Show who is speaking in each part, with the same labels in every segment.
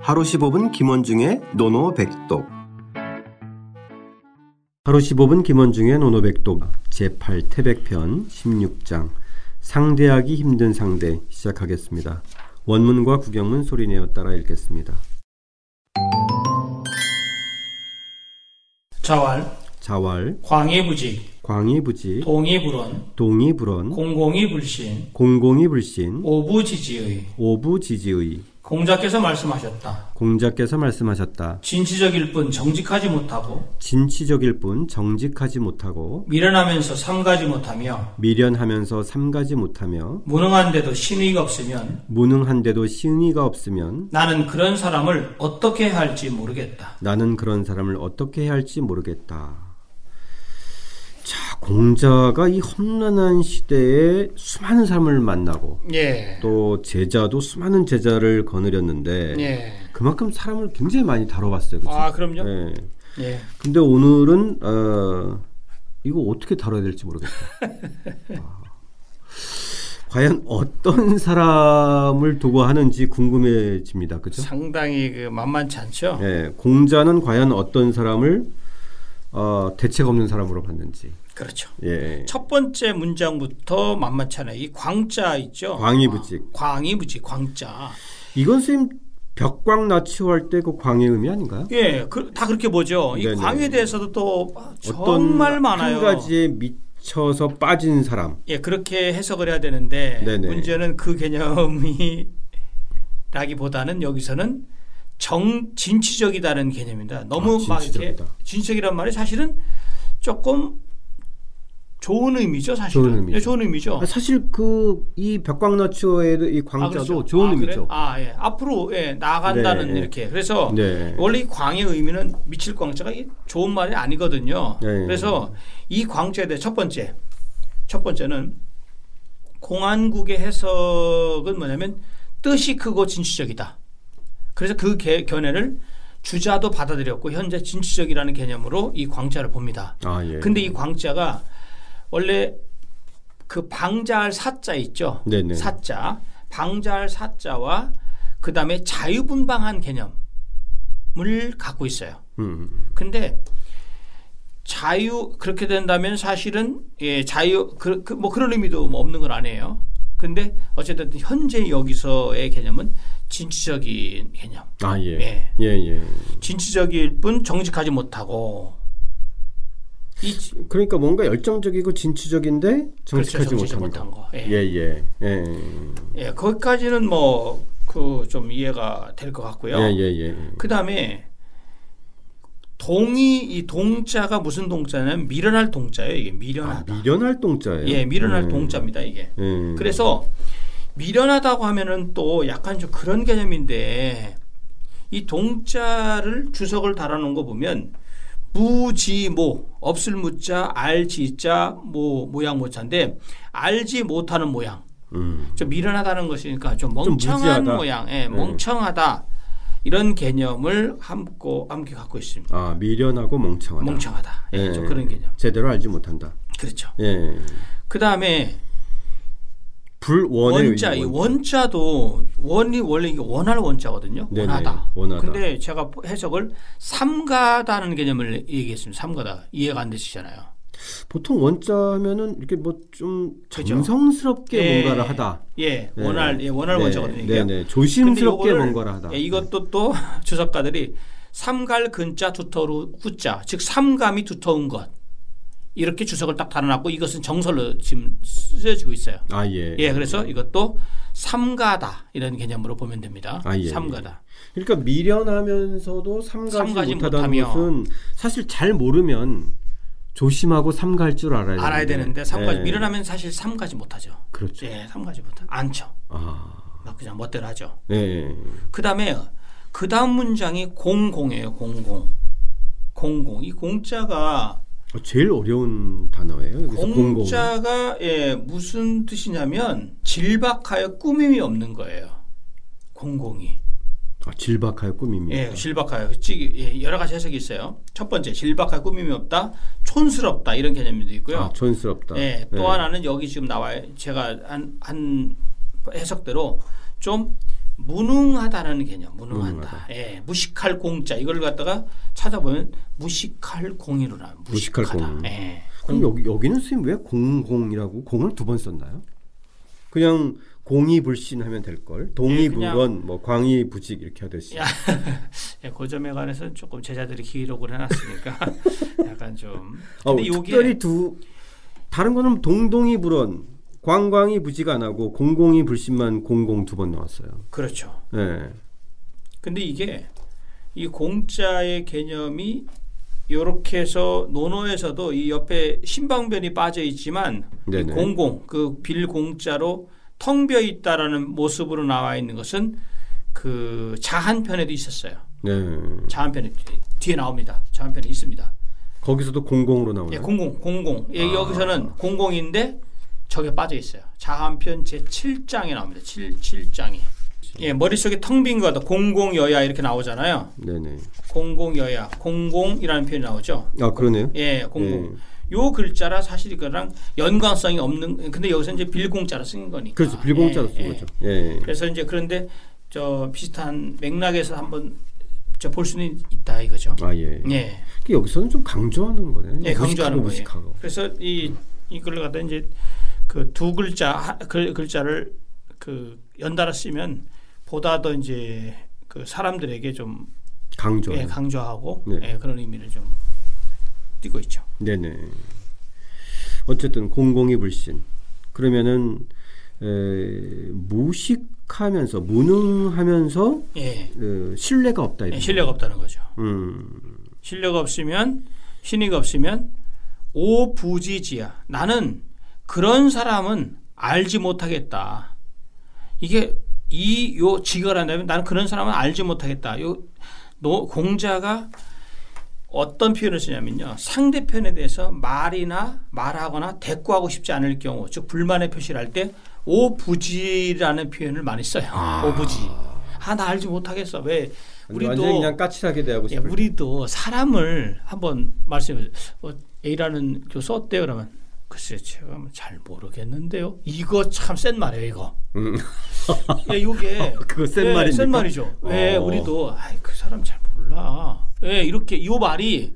Speaker 1: 하루 15분 김원중의 노노백독 하루 15분 김원중의 노노백독 제8태백편 16장 상대하기 힘든 상대 시작하겠습니다. 원문과 구경문 소리내어 따라 읽겠습니다.
Speaker 2: 자활,
Speaker 1: 자왈,
Speaker 2: 광해부직,
Speaker 1: 광의부지,
Speaker 2: 동의불원,
Speaker 1: 동의불언,
Speaker 2: 공공의불신,
Speaker 1: 공공의불신,
Speaker 2: 오부지지의
Speaker 1: 오부지지의
Speaker 2: 공자께서 말씀하셨다.
Speaker 1: 공자께서 말씀하셨다.
Speaker 2: 진취적일 뿐 정직하지 못하고
Speaker 1: 진취적일 뿐 정직하지 못하고
Speaker 2: 미련하면서 삼가지 못하며
Speaker 1: 미련하면서 삼가지 못하며
Speaker 2: 무능한데도 신의가 없으면
Speaker 1: 무능한데도 시응이가 없으면
Speaker 2: 나는 그런 사람을 어떻게 해야 할지 모르겠다.
Speaker 1: 나는 그런 사람을 어떻게 해야 할지 모르겠다. 자, 공자가 이 험난한 시대에 수많은 사람을 만나고
Speaker 2: 예,
Speaker 1: 또 제자도 수많은 제자를 거느렸는데
Speaker 2: 예. 아,
Speaker 1: 그만큼 사람을 굉장히 많이 다뤄봤어요. 네. 그쵸?
Speaker 2: 그럼요.
Speaker 1: 예.
Speaker 2: 예,
Speaker 1: 근데 오늘은 어, 이거 어떻게 다뤄야 될지 모르겠다. 아. 과연 어떤 사람을 두고 하는지 궁금해집니다. 그렇죠?
Speaker 2: 상당히 그 만만치 않죠.
Speaker 1: 예, 공자는 과연 어떤 사람을 어, 대책 없는 사람으로 봤는지.
Speaker 2: 그렇죠.
Speaker 1: 예.
Speaker 2: 첫 번째 문장부터 만만치 않아요. 이 광자 있죠.
Speaker 1: 광의부직.
Speaker 2: 광의부직, 광자.
Speaker 1: 이건 선생님 벽광 나치호할 때 그 광의 의미 아닌가요?
Speaker 2: 예, 그, 다 그렇게 보죠. 이
Speaker 1: 네네.
Speaker 2: 광에 대해서도 또 정말 많아요.
Speaker 1: 한 가지에 미쳐서 빠진 사람.
Speaker 2: 예, 그렇게 해석을 해야 되는데
Speaker 1: 네네.
Speaker 2: 문제는 그 개념이 라기보다는 여기서는 정 진취적이다는 개념입니다. 너무
Speaker 1: 아,
Speaker 2: 막 이렇게
Speaker 1: 진취적이다.
Speaker 2: 진취적이란 말이 사실은 조금 좋은 의미죠, 사실은.
Speaker 1: 좋은 의미죠.
Speaker 2: 예, 좋은 의미죠.
Speaker 1: 아, 사실 그 이 벽광 나치호에도 이
Speaker 2: 아,
Speaker 1: 광자도
Speaker 2: 그렇죠.
Speaker 1: 좋은
Speaker 2: 아, 그래?
Speaker 1: 의미죠.
Speaker 2: 아, 예. 앞으로 예, 나간다는
Speaker 1: 네,
Speaker 2: 이렇게. 그래서
Speaker 1: 네.
Speaker 2: 원래 이 광의 의미는 미칠 광자가 이 좋은 말이 아니거든요.
Speaker 1: 예, 예.
Speaker 2: 그래서 이 광자에 대해 첫 번째, 첫 번째는 공안국의 해석은 뭐냐면 뜻이 크고 진취적이다. 그래서 그 개- 견해를 주자도 받아들였고 현재 진취적이라는 개념으로 이 광자를 봅니다.
Speaker 1: 아 예.
Speaker 2: 근데 이 광자가 원래 그 방자할 사자 있죠.
Speaker 1: 네네.
Speaker 2: 사자, 방자할 사자와 그 다음에 자유분방한 개념을 갖고 있어요.
Speaker 1: 음.
Speaker 2: 근데 자유 그렇게 된다면 사실은 예 자유 그, 그, 뭐 그런 의미도 뭐 없는 건 아니에요. 근데 어쨌든 현재 여기서의 개념은 진취적인 개념.
Speaker 1: 아 예.
Speaker 2: 예.
Speaker 1: 예 예.
Speaker 2: 진취적일 뿐 정직하지 못하고 이 지-
Speaker 1: 그러니까 뭔가 열정적이고 진취적인데 정직하지
Speaker 2: 그렇죠, 정직하지
Speaker 1: 못하는 거.
Speaker 2: 못한 거. 예.
Speaker 1: 예 예. 예.
Speaker 2: 예, 거기까지는 뭐 그 좀 이해가 될 것
Speaker 1: 예,
Speaker 2: 같고요.
Speaker 1: 예, 예.
Speaker 2: 그 다음에 동이 이 동자가 무슨 동자냐면 미련할 동자예요. 이게
Speaker 1: 아,
Speaker 2: 미련하다.
Speaker 1: 미련할 동자예요.
Speaker 2: 예, 미련할
Speaker 1: 음.
Speaker 2: 동자입니다. 이게.
Speaker 1: 음.
Speaker 2: 그래서 미련하다고 하면은 또 약간 좀 그런 개념인데 이 동자를 주석을 달아놓은 거 보면 무지모 없을 무자 알지자 뭐 모양 모자인데 알지 못하는 모양.
Speaker 1: 음.
Speaker 2: 좀 미련하다는 것이니까
Speaker 1: 좀
Speaker 2: 좀 멍청한
Speaker 1: 무지하다.
Speaker 2: 모양, 예,
Speaker 1: 네.
Speaker 2: 멍청하다 이런 개념을 함고 함께 갖고 있습니다.
Speaker 1: 아 미련하고 멍청하다.
Speaker 2: 멍청하다, 예,
Speaker 1: 예.
Speaker 2: 좀 그런 개념.
Speaker 1: 제대로 알지 못한다.
Speaker 2: 그렇죠.
Speaker 1: 예.
Speaker 2: 그 다음에
Speaker 1: 불원의
Speaker 2: 원자, 이
Speaker 1: 의원.
Speaker 2: 원자도 원이 원래 이게 원할 원자거든요.
Speaker 1: 네네,
Speaker 2: 원하다.
Speaker 1: 원하다.
Speaker 2: 근데 제가 해석을 삼가다는 개념을 얘기했습니다. 삼가다 이해가 안 되시잖아요.
Speaker 1: 보통 원자면은 이렇게 뭐 좀
Speaker 2: 그죠.
Speaker 1: 정성스럽게
Speaker 2: 예.
Speaker 1: 뭔가를 하다.
Speaker 2: 예,
Speaker 1: 네.
Speaker 2: 원할 예, 원할
Speaker 1: 네.
Speaker 2: 원자거든요. 이게.
Speaker 1: 네, 네. 조심스럽게
Speaker 2: 근데 요거를,
Speaker 1: 뭔가를 하다.
Speaker 2: 예, 이것도 또 주석가들이 삼갈 근자 두터루 후자 즉 삼감이 두터운 것 이렇게 주석을 딱 달아놨고 이것은 정설로 지금 쓰여지고 있어요.
Speaker 1: 아 예.
Speaker 2: 예, 그래서 이것도 삼가다 이런 개념으로 보면 됩니다.
Speaker 1: 아, 예,
Speaker 2: 삼가다.
Speaker 1: 그러니까 미련하면서도 삼가지,
Speaker 2: 삼가지
Speaker 1: 못하다는
Speaker 2: 못하며.
Speaker 1: 것은 사실 잘 모르면 조심하고 삼가할 줄 알아야 되는데.
Speaker 2: 알아야 되는데 삼가지
Speaker 1: 예.
Speaker 2: 미련하면 사실 삼가지 못하죠.
Speaker 1: 그렇죠.
Speaker 2: 예, 삼가지 못하. 안쳐.
Speaker 1: 아.
Speaker 2: 막 그냥 멋대로 하죠.
Speaker 1: 예.
Speaker 2: 그 다음에 그 다음 문장이 공공이에요. 공공. 공공. 이 공자가
Speaker 1: 어, 제일 어려운 단어예요. 여기서 공공.
Speaker 2: 공자가 예, 무슨 뜻이냐면 질박하여 꾸밈이 없는 거예요. 공공이.
Speaker 1: 아, 질박하여 꾸밈이요.
Speaker 2: 예, 질박하여. 즉, 예, 여러 가지 해석이 있어요. 첫 번째, 질박하여 꾸밈이 없다. 촌스럽다. 이런 개념도 있고요.
Speaker 1: 아, 촌스럽다.
Speaker 2: 예, 또 하나는 여기 지금 나와요. 제가 한, 한 해석대로 좀 무능하다라는 개념, 무능하다.
Speaker 1: 무능하다.
Speaker 2: 예, 무식할 공자 이걸 갖다가 찾아보면 무식할 공이로라.
Speaker 1: 무식할
Speaker 2: 무식하다.
Speaker 1: 공.
Speaker 2: 예.
Speaker 1: 그럼 여기 여기는 선생님 왜 공공이라고 공을 두 번 썼나요? 그냥 공이불신하면 될 걸.
Speaker 2: 예, 그냥-
Speaker 1: 동이불원, 뭐 광이부직 이렇게 하듯이.
Speaker 2: 야, 예, 그 점에 관해서는 조금 제자들이 기록을 해놨으니까 약간 좀.
Speaker 1: 어,
Speaker 2: 근데 요게
Speaker 1: 특별히 두 다른 거는 동동이불원, 광광이부직 안 하고 공공이불신만 공공 두 번 나왔어요.
Speaker 2: 그렇죠.
Speaker 1: 예.
Speaker 2: 근데 이게 이 공짜의 개념이 요렇게 해서 논어에서도 이 옆에 신방변이 빠져 있지만 이
Speaker 1: 네네.
Speaker 2: 공공 그 빌공짜로 텅 비어 있다라는 모습으로 나와 있는 것은 그 자한편에도 있었어요.
Speaker 1: 네.
Speaker 2: 자한편에 뒤- 뒤에 나옵니다. 자한편에 있습니다.
Speaker 1: 거기서도 공공으로
Speaker 2: 예,
Speaker 1: 나오네요.
Speaker 2: 공공 공공 예,
Speaker 1: 아.
Speaker 2: 여기서는 공공인데 저게 빠져 있어요. 자한편 제 7장에 나옵니다. 7 7장에 예 머릿속에 텅 빈 거다 공공 여야 이렇게 나오잖아요.
Speaker 1: 네네.
Speaker 2: 공공여야 공공이라는 표현이 나오죠.
Speaker 1: 아 그러네요.
Speaker 2: 예, 공공. 요 글자라 사실 이거랑 연관성이 없는 근데 여기서 이제 빌공자로 쓴 거니까.
Speaker 1: 그래서 그렇죠. 빌공짜로
Speaker 2: 예,
Speaker 1: 쓴
Speaker 2: 예.
Speaker 1: 거죠. 예.
Speaker 2: 그래서 이제 그런데 저 비슷한 맥락에서 한번 저 볼 수는 있다 이거죠.
Speaker 1: 아 예.
Speaker 2: 예.
Speaker 1: 그 여기서는 좀 강조하는 거네요.
Speaker 2: 예, 강조하는 거예요.
Speaker 1: 무식하고.
Speaker 2: 그래서 이 이걸 갖다 이제 그 두 글자 하- 글, 글자를 그 연달아 쓰면 보다 더 이제 그 사람들에게 좀
Speaker 1: 강조.
Speaker 2: 예, 강조하고
Speaker 1: 네.
Speaker 2: 예, 그런 의미를 좀 띄고 있죠.
Speaker 1: 네네. 어쨌든 공공이 불신. 그러면은 에, 무식하면서 무능하면서
Speaker 2: 예.
Speaker 1: 어, 신뢰가 없다 이런.
Speaker 2: 예, 신뢰가 없다는 거죠.
Speaker 1: 거. 음.
Speaker 2: 신뢰가 없으면 신의가 없으면 오부지지야. 나는 그런 사람은 알지 못하겠다. 이게 이 요 지가란다면 나는 그런 사람은 알지 못하겠다. 요 노, 공자가 어떤 표현을 쓰냐면요. 상대편에 대해서 말이나 말하거나 대꾸하고 싶지 않을 경우, 즉 불만의 표시를 할 때 오부지라는 표현을 많이 써요.
Speaker 1: 아.
Speaker 2: 오부지. 아, 나 알지 못하겠어. 왜? 우리도
Speaker 1: 완전 그냥 까칠하게 대하고
Speaker 2: 예,
Speaker 1: 싶을 때.
Speaker 2: 우리도 사람을 한번 말씀해 주세요. 어, A라는 교수 어때요? 그러면 글쎄 제가 뭐잘 모르겠는데요. 이거 참 센 말이에요, 이거.
Speaker 1: 음.
Speaker 2: 예, 이게
Speaker 1: 그거 센
Speaker 2: 예,
Speaker 1: 말입니까?
Speaker 2: 센 말이죠. 예,
Speaker 1: 어.
Speaker 2: 우리도 아이 그 사람 잘 몰라. 예, 이렇게 이 말이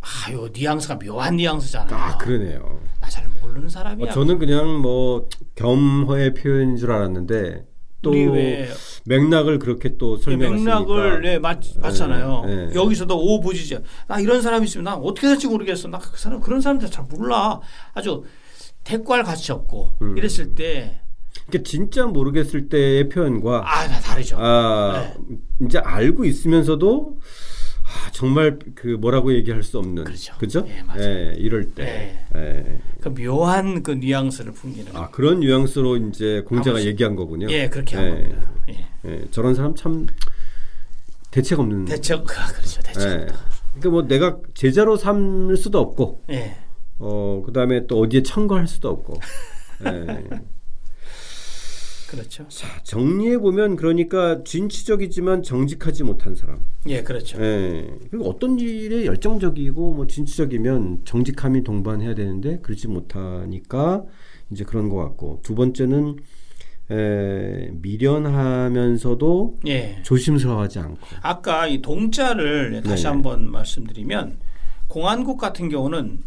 Speaker 2: 아유 뉘앙스가 묘한 뉘앙스잖아요.
Speaker 1: 아 그러네요.
Speaker 2: 나 잘 모르는
Speaker 1: 어,
Speaker 2: 사람이야.
Speaker 1: 저는 그냥 뭐 겸허의 표현인 줄 알았는데 또
Speaker 2: 우리 왜
Speaker 1: 맥락을 그렇게 또 설명했으니까.
Speaker 2: 예, 맥락을 예, 맞, 맞잖아요.
Speaker 1: 예, 예.
Speaker 2: 여기서도 오보지죠. 나 이런 사람이 있으면 나 어떻게 될지 모르겠어. 나 그 사람 그런 사람들 잘 몰라. 아주 대꾸할 가치 없고
Speaker 1: 음.
Speaker 2: 이랬을 때
Speaker 1: 그러니까 진짜 모르겠을 때의 표현과
Speaker 2: 아, 다 다르죠. 네.
Speaker 1: 아, 이제 알고 있으면서도 아, 정말 그 뭐라고 얘기할 수 없는
Speaker 2: 그렇죠.
Speaker 1: 그죠?
Speaker 2: 예, 맞아요.
Speaker 1: 예, 이럴 때. 예.
Speaker 2: 그 묘한 그 뉘앙스를 풍기는 거.
Speaker 1: 아, 그런 뉘앙스로 이제 공자가
Speaker 2: 아버지.
Speaker 1: 얘기한 거군요.
Speaker 2: 예, 그렇게 한
Speaker 1: 예.
Speaker 2: 겁니다. 예.
Speaker 1: 예, 저런 사람 참 대책 없는
Speaker 2: 대책 아, 그렇죠. 대책.
Speaker 1: 예. 그러니까 뭐 내가 제자로 삼을 수도 없고
Speaker 2: 예.
Speaker 1: 어, 그다음에 또 어디에 청거할 수도 없고. 예.
Speaker 2: 그렇죠.
Speaker 1: 자, 정리해 보면 그러니까 진취적이지만 정직하지 못한 사람.
Speaker 2: 예, 그렇죠.
Speaker 1: 예. 그리고 어떤 일에 열정적이고 뭐 진취적이면 정직함이 동반해야 되는데 그러지 못하니까 이제 그런 것 같고 두 번째는 에, 미련하면서도
Speaker 2: 예.
Speaker 1: 조심스러워하지 않고
Speaker 2: 아까 이 동자를 다시
Speaker 1: 네.
Speaker 2: 한번 말씀드리면 공안국 같은 경우는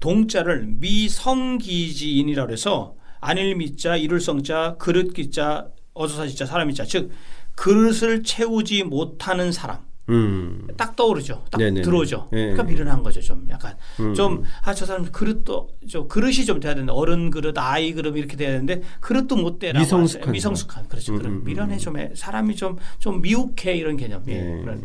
Speaker 2: 동자를 미성기지인이라고 해서 안일미자 이룰성자 그릇기자 어조사지자 사람이자 즉 그릇을 채우지 못하는 사람
Speaker 1: 음.
Speaker 2: 딱 떠오르죠 딱
Speaker 1: 네네네.
Speaker 2: 들어오죠
Speaker 1: 네.
Speaker 2: 그러니까 미련한 거죠 좀 약간
Speaker 1: 음.
Speaker 2: 좀 아 저 사람 그릇도 저 그릇이 좀 돼야 되는데 어른 그릇 아이 그릇 이렇게 돼야 되는데 그릇도 못 돼라
Speaker 1: 미성숙한 사람.
Speaker 2: 미성숙한 그렇죠
Speaker 1: 음,
Speaker 2: 그런
Speaker 1: 음,
Speaker 2: 미련해 좀 해. 사람이 좀 좀 미혹해 이런 개념 예
Speaker 1: 네.
Speaker 2: 그런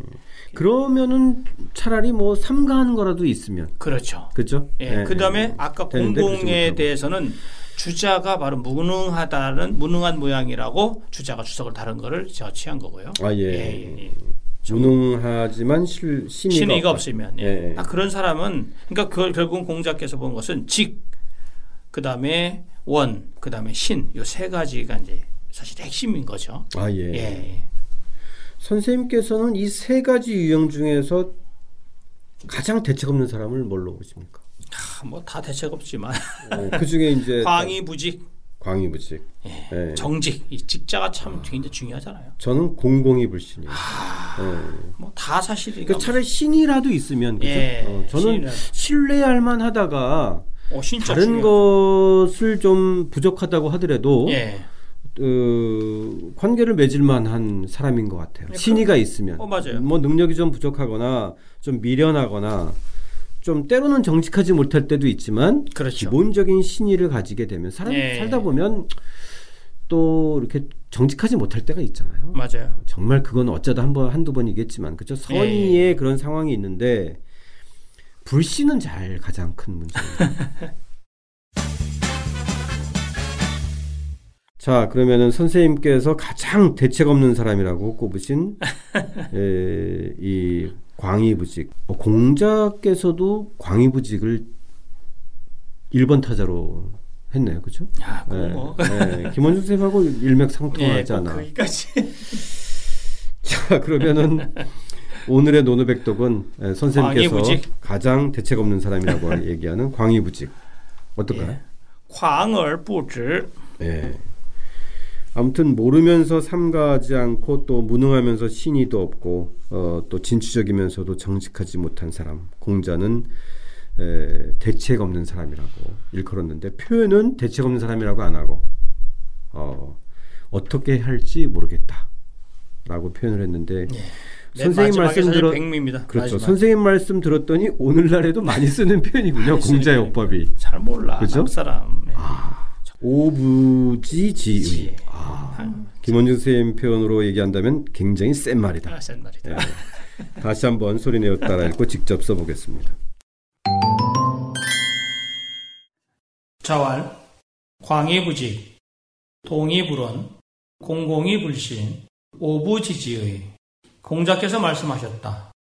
Speaker 1: 그러면은 차라리 뭐 삼가하는 거라도 있으면
Speaker 2: 그렇죠.
Speaker 1: 그죠?
Speaker 2: 예. 그다음에 아까
Speaker 1: 되는데 네. 그렇죠. 그러지
Speaker 2: 공공에
Speaker 1: 못하고.
Speaker 2: 대해서는 주자가 바로 무능하다는 무능한 모양이라고 주자가 주석을 다른 거를 제가 취한 거고요.
Speaker 1: 아 예.
Speaker 2: 예, 예.
Speaker 1: 무능하지만 실 신의가, 없다.
Speaker 2: 신의가 없으면
Speaker 1: 예,
Speaker 2: 예.
Speaker 1: 예.
Speaker 2: 아, 그런 사람은 그러니까 그, 결국 공자께서 본 것은 직 그다음에 원 그다음에 신 요 세 가지가 이제 사실 핵심인 거죠.
Speaker 1: 아
Speaker 2: 예.
Speaker 1: 예.
Speaker 2: 예.
Speaker 1: 선생님께서는 이 세 가지 유형 중에서 가장 대책 없는 사람을 뭘로 보십니까?
Speaker 2: 아, 뭐다 대책 뭐 없지만
Speaker 1: 어, 그 중에 예, 이제
Speaker 2: 광이 부직
Speaker 1: 광의부직. 예.
Speaker 2: 정직 이 직자가 참 굉장히 중요하잖아요.
Speaker 1: 저는 공공이 불신이에요.
Speaker 2: 뭐 다 사실이니까.
Speaker 1: 아. 그러니까 차라리 신이라도 있으면 그죠?
Speaker 2: 예,
Speaker 1: 어, 저는
Speaker 2: 신이라도.
Speaker 1: 신뢰할 만하다가
Speaker 2: 어, 진짜
Speaker 1: 다른
Speaker 2: 중요해요.
Speaker 1: 것을 좀 부족하다고 하더라도
Speaker 2: 예.
Speaker 1: 어, 관계를 맺을 만한 사람인 것 같아요.
Speaker 2: 네,
Speaker 1: 신의가 있으면.
Speaker 2: 어, 맞아요.
Speaker 1: 뭐 능력이 좀 부족하거나 좀 미련하거나 좀 때로는 정직하지 못할 때도 있지만
Speaker 2: 그렇죠.
Speaker 1: 기본적인 신의를 가지게 되면 사람
Speaker 2: 예.
Speaker 1: 살다 보면 또 이렇게 정직하지 못할 때가 있잖아요.
Speaker 2: 맞아요.
Speaker 1: 정말 그건 어쩌다 한 번 한두 번이겠지만 그죠 선의의
Speaker 2: 예,
Speaker 1: 그런 상황이 있는데 불신은 잘 가장 큰 문제입니다. 자 그러면은 선생님께서 가장 대책 없는 사람이라고 꼽으신 에, 이 광희부직 어, 공자께서도 광희부직을 1번 타자로 했네요, 그렇죠?
Speaker 2: 야, 그거 뭐.
Speaker 1: 김원준 선생님하고
Speaker 2: 예,
Speaker 1: 일맥상통하지
Speaker 2: 뭐
Speaker 1: 않아.
Speaker 2: 거기까지.
Speaker 1: 자 그러면은 오늘의 노노백독은 에, 선생님께서
Speaker 2: 광의부직?
Speaker 1: 가장 대책 없는 사람이라고 얘기하는 광희부직 어떨까요?
Speaker 2: 광얼부지.
Speaker 1: 예. 아무튼 모르면서 삼가하지 않고 또 무능하면서 신의도 없고 어, 또 진취적이면서도 정직하지 못한 사람 공자는 에, 대책 없는 사람이라고 일컬었는데 표현은 대책 없는 사람이라고 안 하고 어, 어떻게 할지 모르겠다라고 표현을 했는데
Speaker 2: 맨
Speaker 1: 선생님
Speaker 2: 예. 마지막에
Speaker 1: 말씀
Speaker 2: 사실
Speaker 1: 들어
Speaker 2: 백미입니다.
Speaker 1: 그렇죠.
Speaker 2: 마지막.
Speaker 1: 선생님 말씀 들었더니 오늘날에도 많이 쓰는 표현이군요.
Speaker 2: 많이 쓰는
Speaker 1: 공자의
Speaker 2: 표현이에요.
Speaker 1: 오법이.
Speaker 2: 잘 몰라.
Speaker 1: 그죠? 아.
Speaker 2: 남 사람. 예.
Speaker 1: 오부지지의.
Speaker 2: 지혜.
Speaker 1: 아,
Speaker 2: 한-
Speaker 1: 김원준 선생님 표현으로 얘기한다면 굉장히 센 말이다. 예.
Speaker 2: 아, 센 말이다.
Speaker 1: 다시 한번 소리 내어 따라 읽고 직접 써보겠습니다.
Speaker 2: 자왈, 광의부직, 동의불원, 공공의불신, 오부지지의 공자께서 말씀하셨다.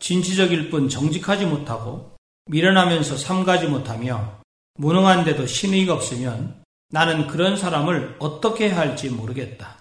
Speaker 2: 진취적일 뿐 정직하지 못하고 미련하면서 삼가지 못하며 무능한데도 신의가 없으면 나는 그런 사람을 어떻게 해야 할지 모르겠다.